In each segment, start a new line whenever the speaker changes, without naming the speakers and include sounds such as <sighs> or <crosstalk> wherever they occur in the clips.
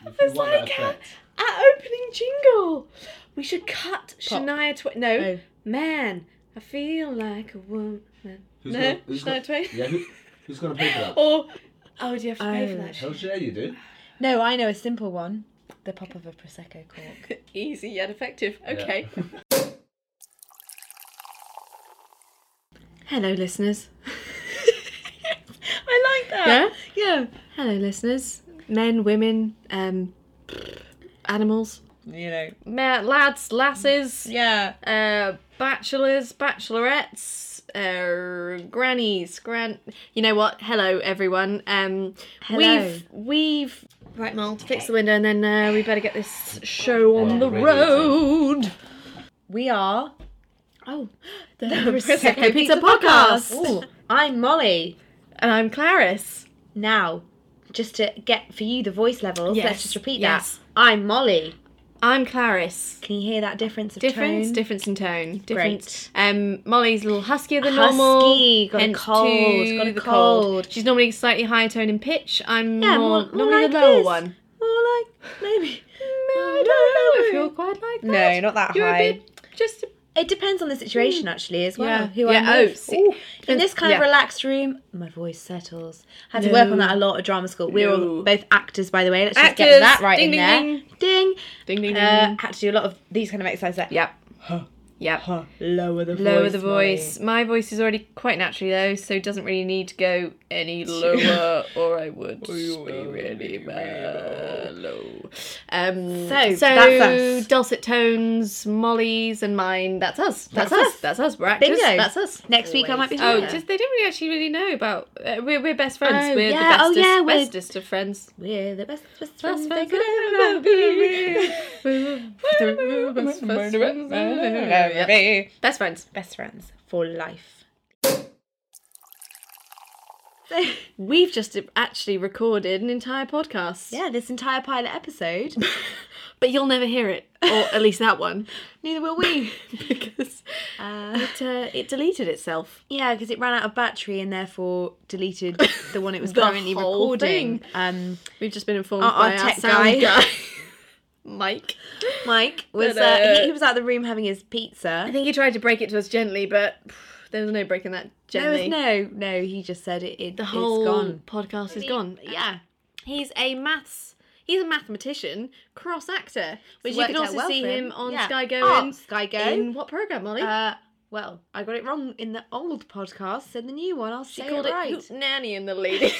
If you
It's
want
like
that effect.
At opening jingle, we should cut Shania Twain. No,
No.
man, I feel like a woman.
Who's
no,
gonna- who's
Shania Twain.
gonna- Yeah, who, who's going to pay for that?
Or oh, do you have to pay for
Oh.
that?
Hell,
shit?
yeah, you do.
No, I know a simple one. The pop of a prosecco cork.
Easy yet effective.
Yeah.
Okay. Hello, listeners.
I like
yeah.
Yeah.
Hello, listeners. Men, women, um, animals,
You know.
Ma- lads, lasses.
Yeah.
uh, bachelors, bachelorettes, uh, grannies, gran. You know what? Hello, everyone. Um,
Hello.
We've we've right, Mold. Fix the window, and then uh, we better get this show on
Yeah,
the
ready,
road.
We are
Oh, <laughs>
the
Prosecco Pizza Podcast.
Ooh, I'm Molly.
and I'm Clarice.
Now, just to get for you the voice levels,
Yes,
let's just repeat
yes.
that. I'm Molly.
I'm Clarice.
Can you hear that difference of
Difference,
tone?
difference in tone. Difference. Um, Molly's a little huskier than
Husky,
normal.
got a
hence
cold,
to
got a
the cold.
cold.
She's normally slightly higher tone in pitch. I'm
Yeah,
more,
more- more
normally
like
the lower
this.
one.
More like
<laughs>
maybe.
I don't know if you're quite like
No,
that.
not that
You're
high.
A bit, just a,
It depends on the situation, actually, as well.
Mm. Yeah.
Who
Yeah,
I'm
oh,
with.
see-
Ooh, in this kind of
yeah.
relaxed room, my voice settles. Had to work
No.
on that a lot at drama school. We were all
No.
both actors, by the way. Let's just
Actors.
get that right
Ding,
in
ding,
there.
ding.
Ding.
ding ding ding.
Uh, had to do a lot of these kind of exercises. Like,
yep. Yep.
Oh, Lower the voice.
Lower the voice. My voice is already quite naturally low, so it doesn't really need to go
<laughs>
any lower, or I would be really bad. Low. Um,
So, that's us.
dulcet tones, Molly's and mine. That's us. That's,
That's
us.
us.
That's us. We're actors.
Bingo.
That's us.
Next week I might be.
Oh,
taller.
just they don't really actually really know about. Uh, we're, we're best friends.
Oh,
we're
yeah. Oh,
the bestest,
yeah, we're-
bestest of friends.
we're the best, best friends
Best friends
they could
I
ever
ever
<laughs> be.
be. Best friends.
Best friends for
<laughs>
life. <laughs> So-
We've just actually recorded an entire podcast.
Yeah, this entire pilot
<laughs>
episode.
But you'll never hear it, or at least that one, <laughs>
Neither will we.
because
Uh,
it, uh, it deleted itself.
yeah, because it ran out of battery and therefore deleted <laughs> the one it was
The
currently
whole
recording.
thing.
Um,
We've just been informed
Our- our
by
tech
sound
guy.
Mike.
<laughs> Mike was uh,
Ta-da.
<laughs> he, he was out of the room having his pizza.
I think he tried to break it to us gently, but <sighs> there was no breaking that
There was
gently.
no, no. He just said it. it
the whole
it's gone.
podcast is
He-
gone. Yeah, he's a maths. He's a mathematician, cross actor, which
It's
you can
worked out
also
well
see
for
him, on
Yeah.
Sky Go
Oh,
in,
Sky Go.
in what program, Molly?
Uh, well, I got it wrong in the old podcast. In the new one, I'll
she
say
called
it right. <laughs>
Hoot Nanny and the Lady, <laughs> but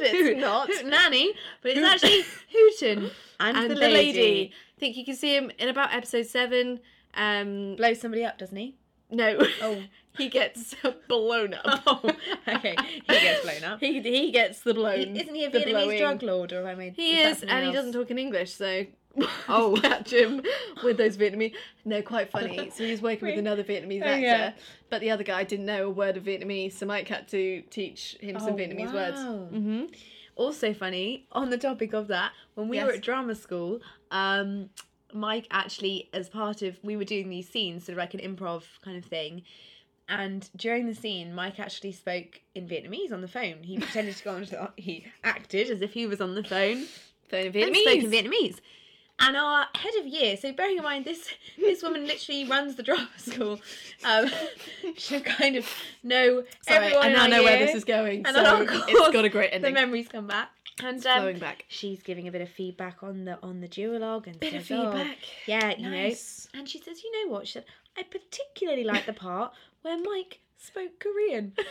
it's not.
Hoot nanny, but it's
Hoot-
actually Hootin <laughs> and,
and the lady. I think you can see him in about episode seven. Um,
blows somebody up, doesn't he?
no,
Oh.
<laughs> he gets blown up.
Oh, okay. He gets blown
<laughs>
up.
He he gets the blown.
Isn't he a
the
Vietnamese
blowing.
drug lord, or am I?
He
that
is,
something
and he
else?
doesn't talk in English, so. <laughs>
Oh.
catch him with those Vietnamese. No, quite
<laughs>
funny. So he was working with another Vietnamese
Oh,
actor,
yeah.
but the other guy didn't know a word of Vietnamese, so Mike had to teach him some
Oh,
Vietnamese words.
wow.
hmm
Also funny on the topic of that. When we were
Yes.
at drama school, um, Mike actually, as part of, we were doing these scenes, sort of like an improv kind of thing. And during the scene, Mike actually spoke in Vietnamese on the phone.
<laughs>
He pretended to go on to, he acted as if he was on the phone.
Phone of
and spoke in
Vietnamese.
Vietnamese. And our head of year, so bearing in mind this this woman literally runs the drama school, um, <laughs> should kind of know
Sorry, I
everyone. in
now
our
know where
year.
this is going.
And
so
then of course,
it's got a great
The
ending.
memories come back, and um,
Flowing back.
she's giving a bit of feedback on the on the duologue and
Bit of
says, "Oh,
feedback.
yeah, you
Nice.
know. And she says, you know what? She said, I particularly like the part where Mike spoke Korean. <laughs>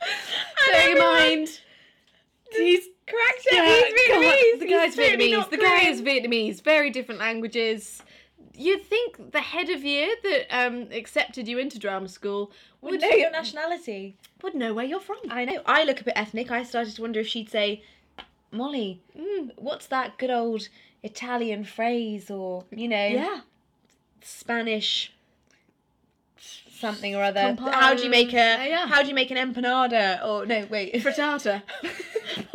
And
Bearing in
everyone
mind, he's
Correct.
Yeah, God, the guy's
He's certainly
Vietnamese.
not
The guy
Korean.
is Vietnamese. Very different languages. You'd think the head of year that um, accepted you into drama school would,
would know your nationality.
would know where you're from.
I know. I look a bit ethnic. I started to wonder if she'd say, Molly,
Mm,
what's that good old Italian phrase or, you know,
yeah.
Spanish something or other.
Compa-
How do you make a
Yeah, Oh, yeah.
how do you make an empanada? Or no, wait. <laughs>
Frittata. <laughs>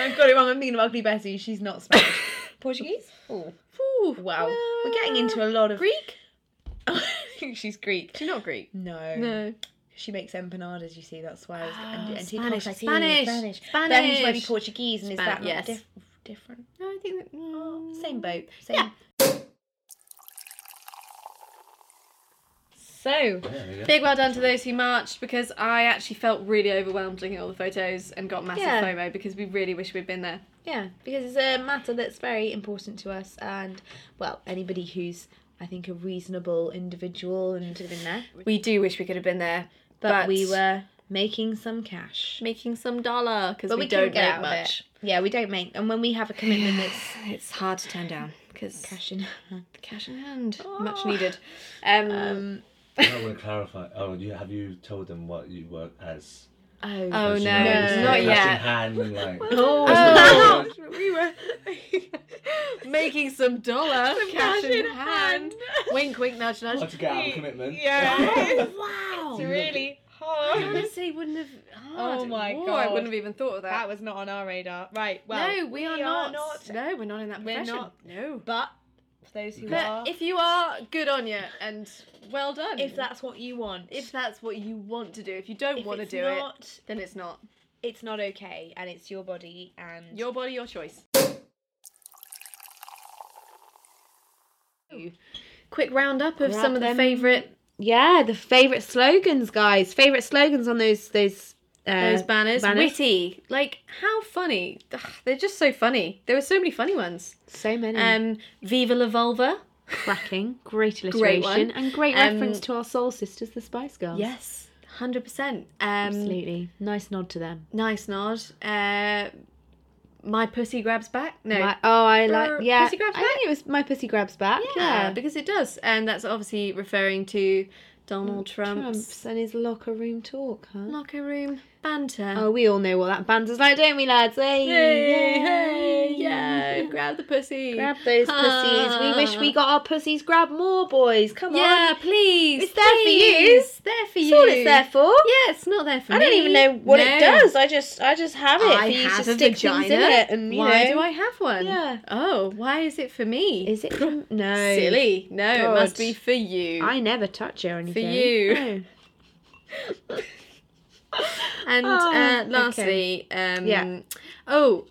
I've got it wrong. I'm thinking of Ugly Betty. She's not
<laughs>
Spanish. Portuguese? Oh,
Ooh,
wow. We're getting into a lot of.
Greek.
<laughs> I think she's Greek.
She's not Greek.
No.
No.
She makes empanadas.
<gasps>
You see, that's why I was.
Oh,
and, and she
Spanish,
talks like,
Spanish,
"Ooh, Spanish,
Spanish.
Spanish might be Portuguese, and
Span-
is that not
yes.
diff- different?
No, I think that. mm,
Same boat. Same.
Yeah. So,
There
<laughs>
we go.
big well done to those who marched because I actually felt really overwhelmed looking at all the photos and got massive
Yeah.
FOMO because we really wish we'd been there.
Yeah, because it's a matter that's very important to us, and well, anybody who's I think a reasonable individual and have been there,
We do wish we could have been there,
but, we were making some cash.
making some dollar because
But
we,
we couldn't
don't
get
make
out of it.
much.
Yeah, we don't make, and when we have a <laughs> commitment that's
It's hard to turn down because
cash in,
cash in hand, much
Oh.
needed. Um,
um,
I want to clarify. Oh, you, have you told them what you work as?
oh,
Oh,
As you
no,
know,
not
cash in
yet.
hand and
<laughs>
like.
Oh,
Oh.
<laughs>
we were
making some
<laughs>
dollar,
Some
cash, in,
<laughs>
hand. wink, wink, nudge,
I
<laughs> nudge.
have to get out of commitment.
<laughs>
Yeah.
wow.
It's really
I
hard.
honestly wouldn't have.
Oh
hard.
my
Whoa, I
God.
wouldn't have even thought of that.
That was not on our radar. Right. Well,
no, we are,
we
not.
are
No, we're not in that
We're
profession.
not.
No.
but for those who are,
But if you are, good on you and well done.
If that's what you want,
if that's what you want to do, if you don't want to do it,
not,
then it's not
it's not okay, and it's your body, and
your body, your choice. Quick roundup of
Grab
some of the
them.
favourite
Yeah, the favorite slogans, guys. Favorite slogans on those those uh,
those banners. Witty, like how funny. Ugh, they're just so funny. There were so many funny ones.
so many.
Um, Viva la vulva.
Cracking, great
Great one.
alliteration, and great
Um,
reference to our soul sisters, the Spice
<laughs>
Girls.
Yes, hundred percent. Um,
absolutely. Nice nod to them.
Nice nod. Uh, my pussy grabs back. No.
My- oh, I like.
Brr,
Yeah,
pussy grabs
I think it was my pussy grabs back.
yeah,
Yeah,
because it does, and that's obviously referring to Donald Trump's,
Mm, Trumps and his locker room talk, huh?
locker room banter.
Oh, we all know what that banter's like, don't we, lads? Hey,
Hey,
yay.
hey, yeah! Grab the pussy.
Grab those pussies. We wish we got our pussies grabbed more, boys. Come on.
Yeah, please.
It's there for you.
please. It's there for
That's
you.
all it's there for.
Yeah, it's not there for
I
me.
don't even know what
No.
it does. I just I just have it.
I
for you
have
to
a
stick
vagina.
things in it and you
why
know.
do I have one?
Yeah.
Oh, why is it for me?
Is it from- no
silly? No, it must
God.
be for you.
I never touch it or anything.
you.
No.
And
Oh,
uh,
okay.
lastly, um,
Yeah.
oh,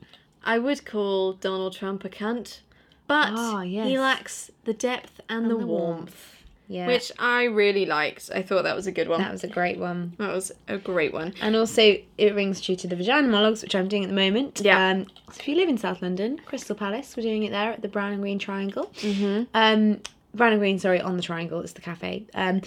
I would call Donald Trump a cunt, but
Ah,
he
yes.
lacks the depth and, the,
the
warmth,
warmth. Yeah.
which I really liked. I thought that was a good one.
that was a great one.
That was a great one.
And also it rings true to the vagina monologues, which I'm doing at the moment.
Yeah.
Um, so if you live in South London, Crystal Palace, we're doing it there at the Brown and Green Triangle.
Mm-hmm.
Um, Brown and Green, sorry, on the Triangle. It's the cafe. Um,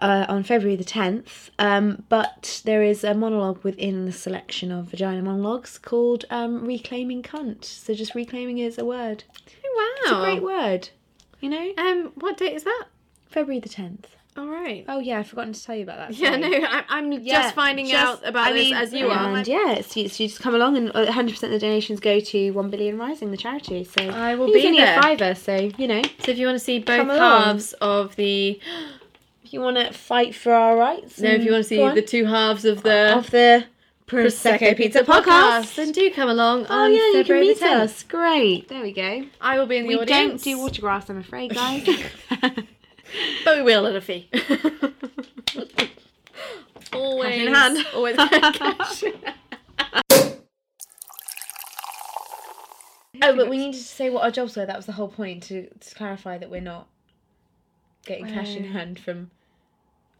uh, on February the 10th. Um, but there is a monologue within the selection of vagina monologues called um, Reclaiming Cunt. So just reclaiming is a word.
Oh,
It's
wow.
a great word. You know?
Um, what date is that?
February the 10th.
All right.
Oh, yeah, I've forgotten to tell you about
<laughs>
that.
Yeah,
sorry.
no, I, I'm just finding out about this as you are.
And yeah, it's, it's, you just come along and 100% of the donations go to 1 Billion Rising, the charity. So
I will
I think it's
Oh, be
only
there.
a fiver, so, you know.
So if you want to see both
Come along.
halves of the,
If you want to fight for our rights.
no, if you want to see the two halves of the
of the
Prosecco Pizza podcast, then do come along
Oh
on
yeah, you can
February
meet
the 10th.
us. Great. There we go.
I will be in the
we
audience.
don't do autographs, I'm afraid, guys.
<laughs>
<laughs>
but we will at a <laughs> fee. always,
Cash in hand.
<laughs> always cash.
<laughs> oh, but we needed to say what our jobs were. That was the whole point to, to clarify that we're not getting cash in
Oh.
hand from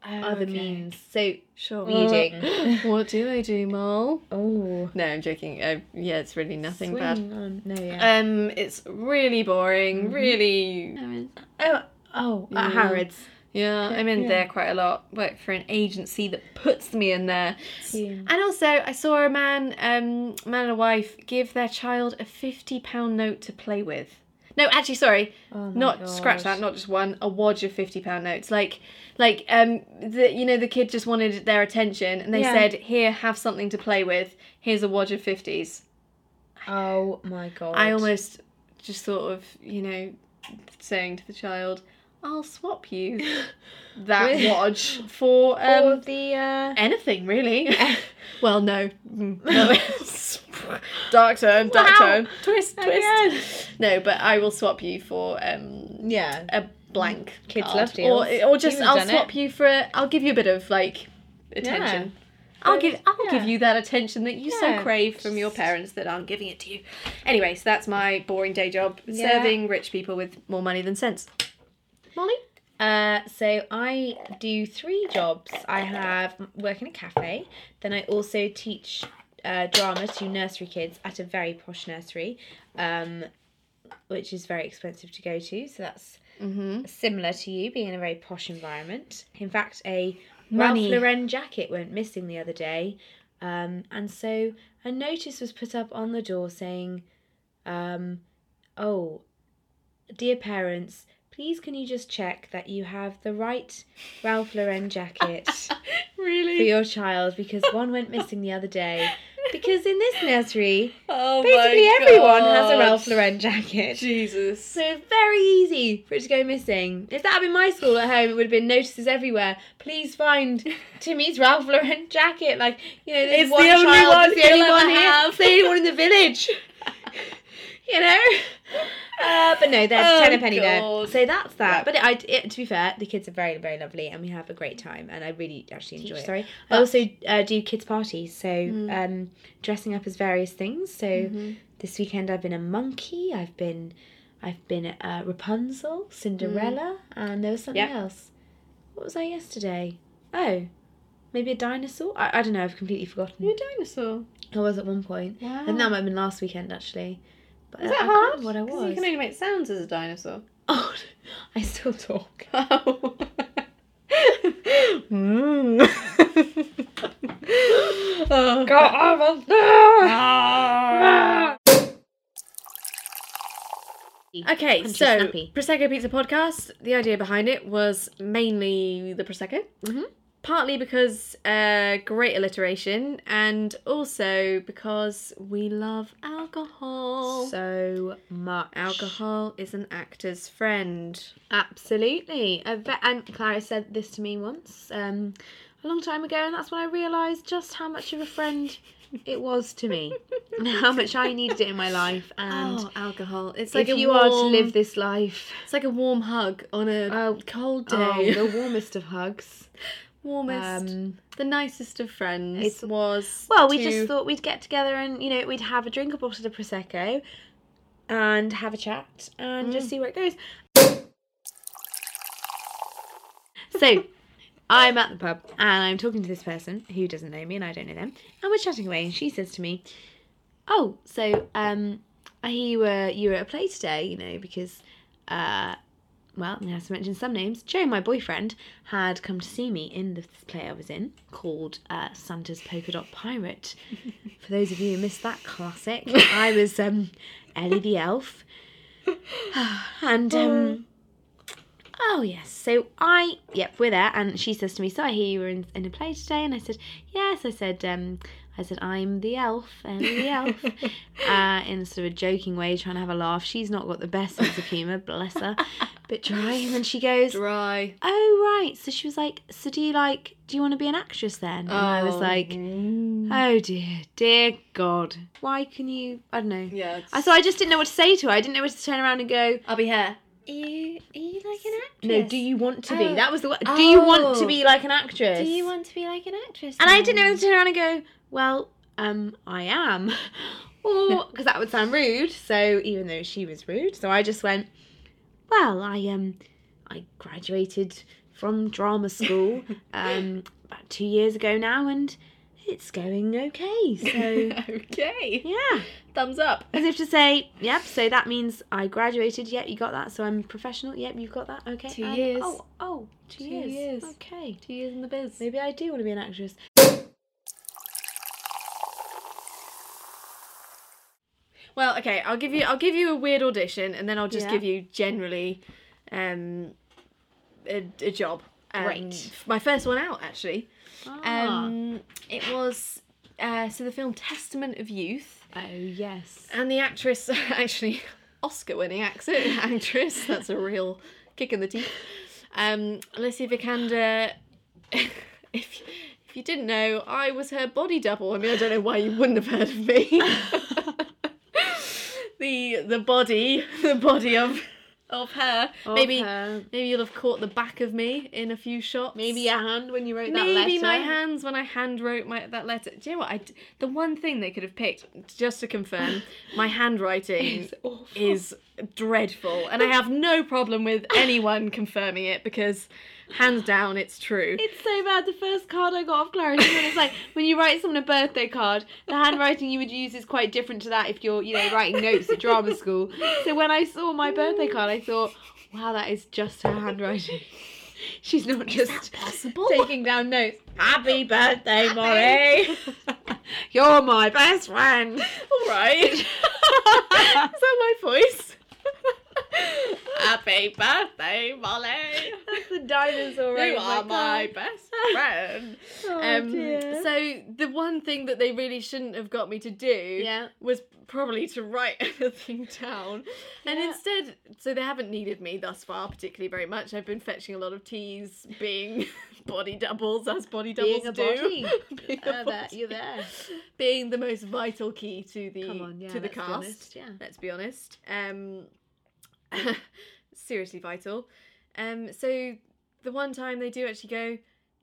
Other
other means. So
Sure. <gasps>
reading.
What do I do, Mole?
oh,
No, I'm joking. Uh, yeah, it's really nothing bad.
No, yeah.
Um, it's really boring. Really,
oh, oh,
Yeah.
at Harrods.
yeah. I'm in
Yeah.
there quite a lot. Work for an agency that puts me in there.
Cute.
And also, I saw a man, um, man and a wife, give their child a fifty pound note to play with. No, actually, sorry,
Oh my
not scratch
gosh.
that, not just one, a wodge of fifty pound notes. Like, like, um, the you know, the kid just wanted their attention, and they
Yeah.
said, "Here, have something to play with. Here's a wodge of 50s.
Oh my god.
I
<gasps>
almost just thought of, you know, saying to the child, "I'll swap you
Um, <laughs>
that
With-
wodge for
Or
um,
the uh,
Anything really. well, no. Mm, <laughs> no. dark turn, dark
Wow.
turn. Twist, twist.
Again.
No, but I will swap you for um
yeah.
a blank.
Kids
card.
love deals.
Or or just
You would've
I'll
done
swap
it.
you for a, I'll give you a bit of like attention. I'll give I'll
Yeah.
give you that attention that you so
Yeah.
crave from your parents that aren't giving it to you. Anyway, so that's my boring day job,
Yeah.
serving rich people with more money than sense. Molly?
Uh, so I do three jobs. I have work in a cafe. Then I also teach uh, drama to nursery kids at a very posh nursery, um, which is very expensive to go to. So that's
Mm-hmm.
similar to you being in a very posh environment. In fact, a
Money.
Ralph Lauren jacket went missing the other day, um, and so a notice was put up on the door saying, um, "Oh, dear parents." Please, can you just check that you have
<laughs>
the right Ralph Lauren jacket for
Really?
your child because one went missing the other day. Because in this nursery,
<laughs> Oh
basically everyone has a
God.
Ralph Lauren jacket.
Jesus.
So it's very easy for it to go missing. If that had been my school at home, it would have been notices everywhere. Please
<laughs>
find Timmy's Ralph Lauren jacket. Like, you know, there's
It's
one
the only
child,
one
it's the
he'll
only
ever
one
<laughs>
here,
have.
it's the only one in the village. you know? Uh, but no, there's
Oh,
ten a penny there.
God.
So that's
Yeah.
that. But it, I, it, to be fair, the kids are very, very lovely, and we have a great time, and I really actually <laughs> enjoy
Teach, Mm.
it.
sorry.
I also uh, do kids parties, so um, dressing up as various things. So
Mm.
this weekend I've been a monkey. I've been, I've been uh, Rapunzel, Cinderella,
Mm.
and there was something
Yep.
else. What was I yesterday? Oh, maybe a dinosaur. I, I don't know. I've completely forgotten.
You're a dinosaur.
I was at one point,
Wow.
and that might have been last weekend actually. But
Ah. Is
I
that
can't
hard?
remember What I
'Cause
was.
You can only make sounds as a
<laughs>
dinosaur. <laughs>
Oh, I still talk.
Oh.
Uh,
<laughs> Okay,
Punchy,
so
snappy.
Prosecco Pizza podcast. The idea behind it was mainly the Prosecco,
Mhm.
partly because uh, great alliteration, and also because we love alcohol.
So much
alcohol is an actor's friend.
Absolutely. A ve- and Clara said this to me once um, a long time ago, and that's when I realised just how much of a friend it was
<laughs>
to me and how much I needed it in my life. And
oh, alcohol! It's
if
like a
you
warm,
are to live this life,
It's like a warm hug on a
Oh,
cold
oh,
day.
the warmest of hugs.
<laughs> Warmest,
Um,
the nicest of friends
it's-
was.
well, we
to- <laughs>
just thought we'd get together and, you know, we'd have a drink, a bottle of Prosecco, and have a chat and just see where it goes. So I'm at the pub and I'm talking to this person who doesn't know me and I don't know them. And we're chatting away and she says to me, Oh, so um I hear you were you were at a play today, you know, because uh well, I'm gonna have to mention some names. Joe, my boyfriend, had come to see me in this play I was in called uh, Santa's Polka Dot Pirate. For those of you who missed that classic, I was um, Ellie the Elf. <sighs> And um, Oh yes. So I yep, we're there and she says to me, So I hear you were in, in a play today and I said, Yes, I said, um I said, I'm the elf
<laughs>
and the elf uh, in sort of a joking way, trying to have a laugh. She's not got the best sense of humour, bless
<laughs>
her. But dry and then she goes,
dry.
Oh right. So she was like, So do you like do you want to be an actress then? And I was
Oh,
like,
mm.
Oh dear, dear God. Why can you I don't know.
yeah.
I so I just didn't know what to say to her. I didn't know where to turn around and go,
I'll be here.
are you, are you like an
actress?
No, do you want to be?
Oh.
That was the word. Do you want to
Oh.
be like an actress?
want to be like an actress?
And I didn't
Mm.
know whether to turn around and go, well, um, I am. <laughs> Or, because that would sound rude. So, even though she was rude, so I just went, well, I, um, I graduated from drama school, um, about two years ago now, and it's going okay.
<laughs>
So,
okay.
yeah.
Thumbs up.
As if to say, yep, so that means I graduated, yep, you got that, so I'm professional, yep, you've got that, okay.
Two
and-
years.
Oh, oh, two
Two
years.
years.
Okay.
Two years in the biz.
Maybe I do want to be an actress.
Well, okay. I'll give you. I'll give you a weird audition, and then I'll just
Yeah.
give you generally, um, a, a job. Um,
Great. Ah.
My first one out, actually. Um, it was. Uh, so the film Testament of Youth,
oh, yes.
and the actress <laughs> actually Oscar-winning actress. <laughs> Actress. That's a real kick in the teeth. Um, Alicia Vikander. <laughs> if if you didn't know, I was her body double. I mean, I don't know why you wouldn't have heard of <laughs> <laughs> me. the the body, the body of of her. maybe maybe you'll have caught the back of me in a few shots.
<laughs> maybe a hand when you wrote that letter.
Maybe my hands when I hand wrote my that letter. Do you know what? I d- the one thing they could have picked just to confirm my handwriting
It's awful.
is dreadful, and I have no problem with anyone confirming it because, hands down, it's true.
It's so bad. The first card I got off Clarity, and it's like when you write someone a birthday card, the handwriting you would use is quite different to that if you're, you know, writing notes at drama school. So when I saw my birthday card, I thought, wow, that is just her handwriting. <laughs> She's not just
possible.
taking down notes. Happy birthday, Maury. <laughs> You're my best friend.
All
<laughs>
right. is that my voice? Happy birthday,
<laughs>
Molly.
That's the dinosaur.
You are my best friend.
<laughs> Oh,
Oh,
um, so the one thing that they really shouldn't have got me to do
Yeah.
was probably to write <laughs> anything down. And
Yeah.
instead, so they haven't needed me thus far particularly very much. I've been fetching a lot of teas, being <laughs> body doubles as body doubles
Being a
do.
body.
<laughs> being, a
Uh, that-
body.
You're there.
being the most vital key to the
Come on, yeah.
to the
let's be
cast.
honest, Yeah.
Let's be honest. Um, <laughs> seriously vital. Um, so the one time they do actually go,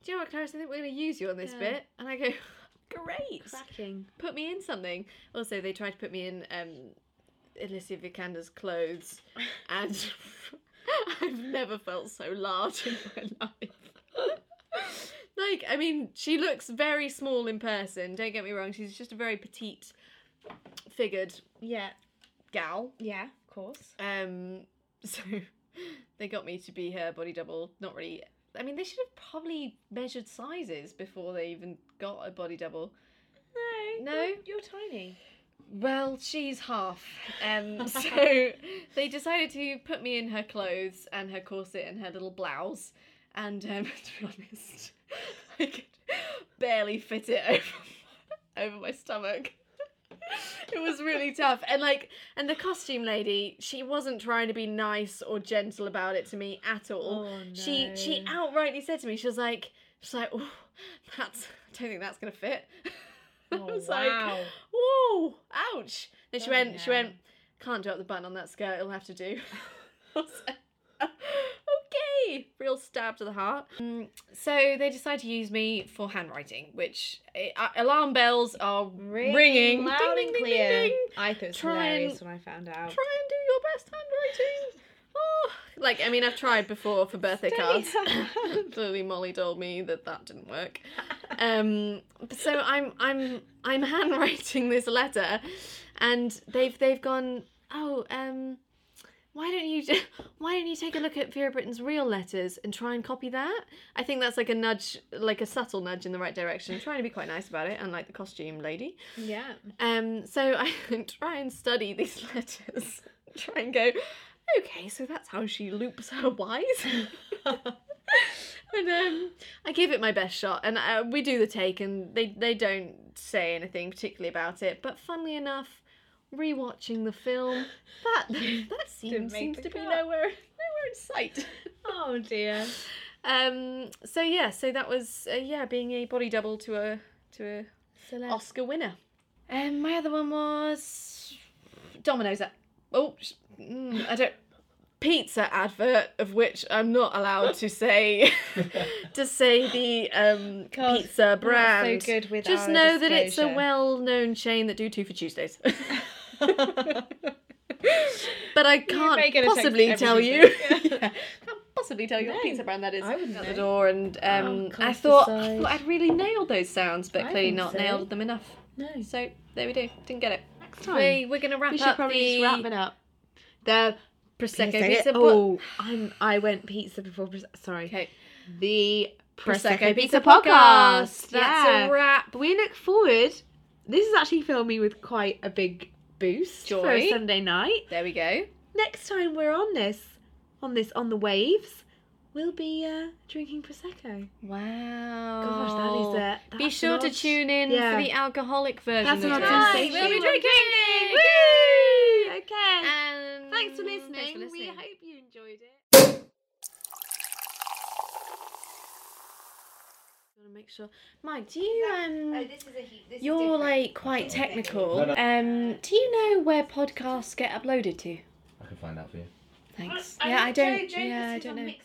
do you know what, Clarice? I think we're going to use you on this
Yeah.
bit, and I go, <laughs> great
Cracking.
put me in something. Also, they tried to put me in um, Alicia Vikander's clothes, and <laughs> I've never felt so large in my <laughs> life. <laughs> like, I mean, she looks very small in person. Don't get me wrong; she's just a very petite, figured
Yeah.
gal.
Yeah. Of course.
Um, <laughs> so they got me to be her body double. Not really. I mean, they should have probably measured sizes before they even got a body double.
No.
No?
You're, you're tiny.
Well, she's half. Um, so they decided to put me in her clothes and her corset and her little blouse. And um, <laughs> to be honest, <laughs> I could barely fit it <laughs> over, over my stomach. <laughs> It was really tough. And like, and the costume lady, she wasn't trying to be nice or gentle about it to me at all. Oh,
Oh,
Oh,
She she <laughs> outrightly said to me, she was like, she's like, oh, that's I don't think that's gonna fit. <laughs> I
Oh,
was
Oh,
like, whoa, ouch. Then she
Bloody
went, she
hell.
went, can't do up the button on that skirt, it'll have
<laughs>
to do. <laughs> I was like, okay, real stab to the heart. Mm, so they decide to use me for handwriting, which eh, uh, alarm bells are ringing,
loud
Ding,
and
ding, ding, ding,
clear.
ding.
I thought it was
Try and-
hilarious when I found out.
Try and do your best handwriting. Oh, like I mean, I've tried before for birthday cards. <laughs> Clearly, Molly told me that that didn't work. Um, so I'm I'm I'm <laughs> handwriting this letter, and they've they've gone. Oh, um, why don't you <laughs> ju- why don't you take a look at Vera Britton's real letters and try and copy that? I think that's like a nudge, like a subtle nudge in the right direction. trying to be quite nice about it, unlike the costume lady.
Yeah.
Um, so <laughs> I try and study these <laughs> letters, try and go, okay, so that's how she loops her Y's. <laughs> and um, I give it my best shot, and uh, we do the take, and they, they don't say anything particularly about it. But funnily enough, rewatching the film,
<laughs>
that that scene
Didn't make
seems
the
to be
cut.
nowhere nowhere
<laughs>
in sight.
Oh dear.
Um, so yeah, so that was uh, yeah, being a body double to a to a Oscar winner. Um, my other one was Domino's. ad- Oh, sh- mm, I don't. Pizza advert of which I'm not allowed to say to say the um,
God,
pizza
We're not
brand.
So good with
Just
our
know that it's a
disclosure.
well-known chain that do two
<laughs>
for Tuesdays. but I can't
may get a text
possibly
every
tell you.
<laughs>
Tuesday. Yeah.
Yeah. Can't possibly tell you what
No,
pizza brand that is.
I wouldn't
Out
know.
the door, and
Oh,
um, I
cast
thought I
aside.
thought I'd really nailed those sounds, but
I
clearly
think
not
so.
nailed them enough.
No.
So there we do. Didn't get it.
Next time.
We we're gonna wrap
we
up
should probably
the
just wrap it up. The
prosecco
Prosecco-
pizza. but-
Oh, I'm. I went pizza before. Pres- sorry.
okay.
The prosecco,
Prosecco
pizza, podcast.
That's
yeah.
a wrap.
We look forward. This is actually filled me with quite a big boost for a
Joy.
Sunday night.
There we go.
Next time we're on this, on this, on the waves, we'll be uh, drinking prosecco.
Wow.
Gosh, that is uh, that's
Be sure
an
to
odd-
tune in
Yeah.
for the alcoholic version.
That's
of
an odd
this.
sensation.
We'll be
We'll be
drinking.
Woo! Okay.
And
Thanks for listening.
Thanks for
We
listening.
hope you enjoyed it.
Gotta make sure. Mike, do you um?
this is a heat. This
You're like quite technical. Um, do you know where podcasts get uploaded to?
I can find out for you.
Thanks.
Uh, I
yeah, I
think Joe-
don't.
Joe
yeah, I
must
don't
have
know.
a mix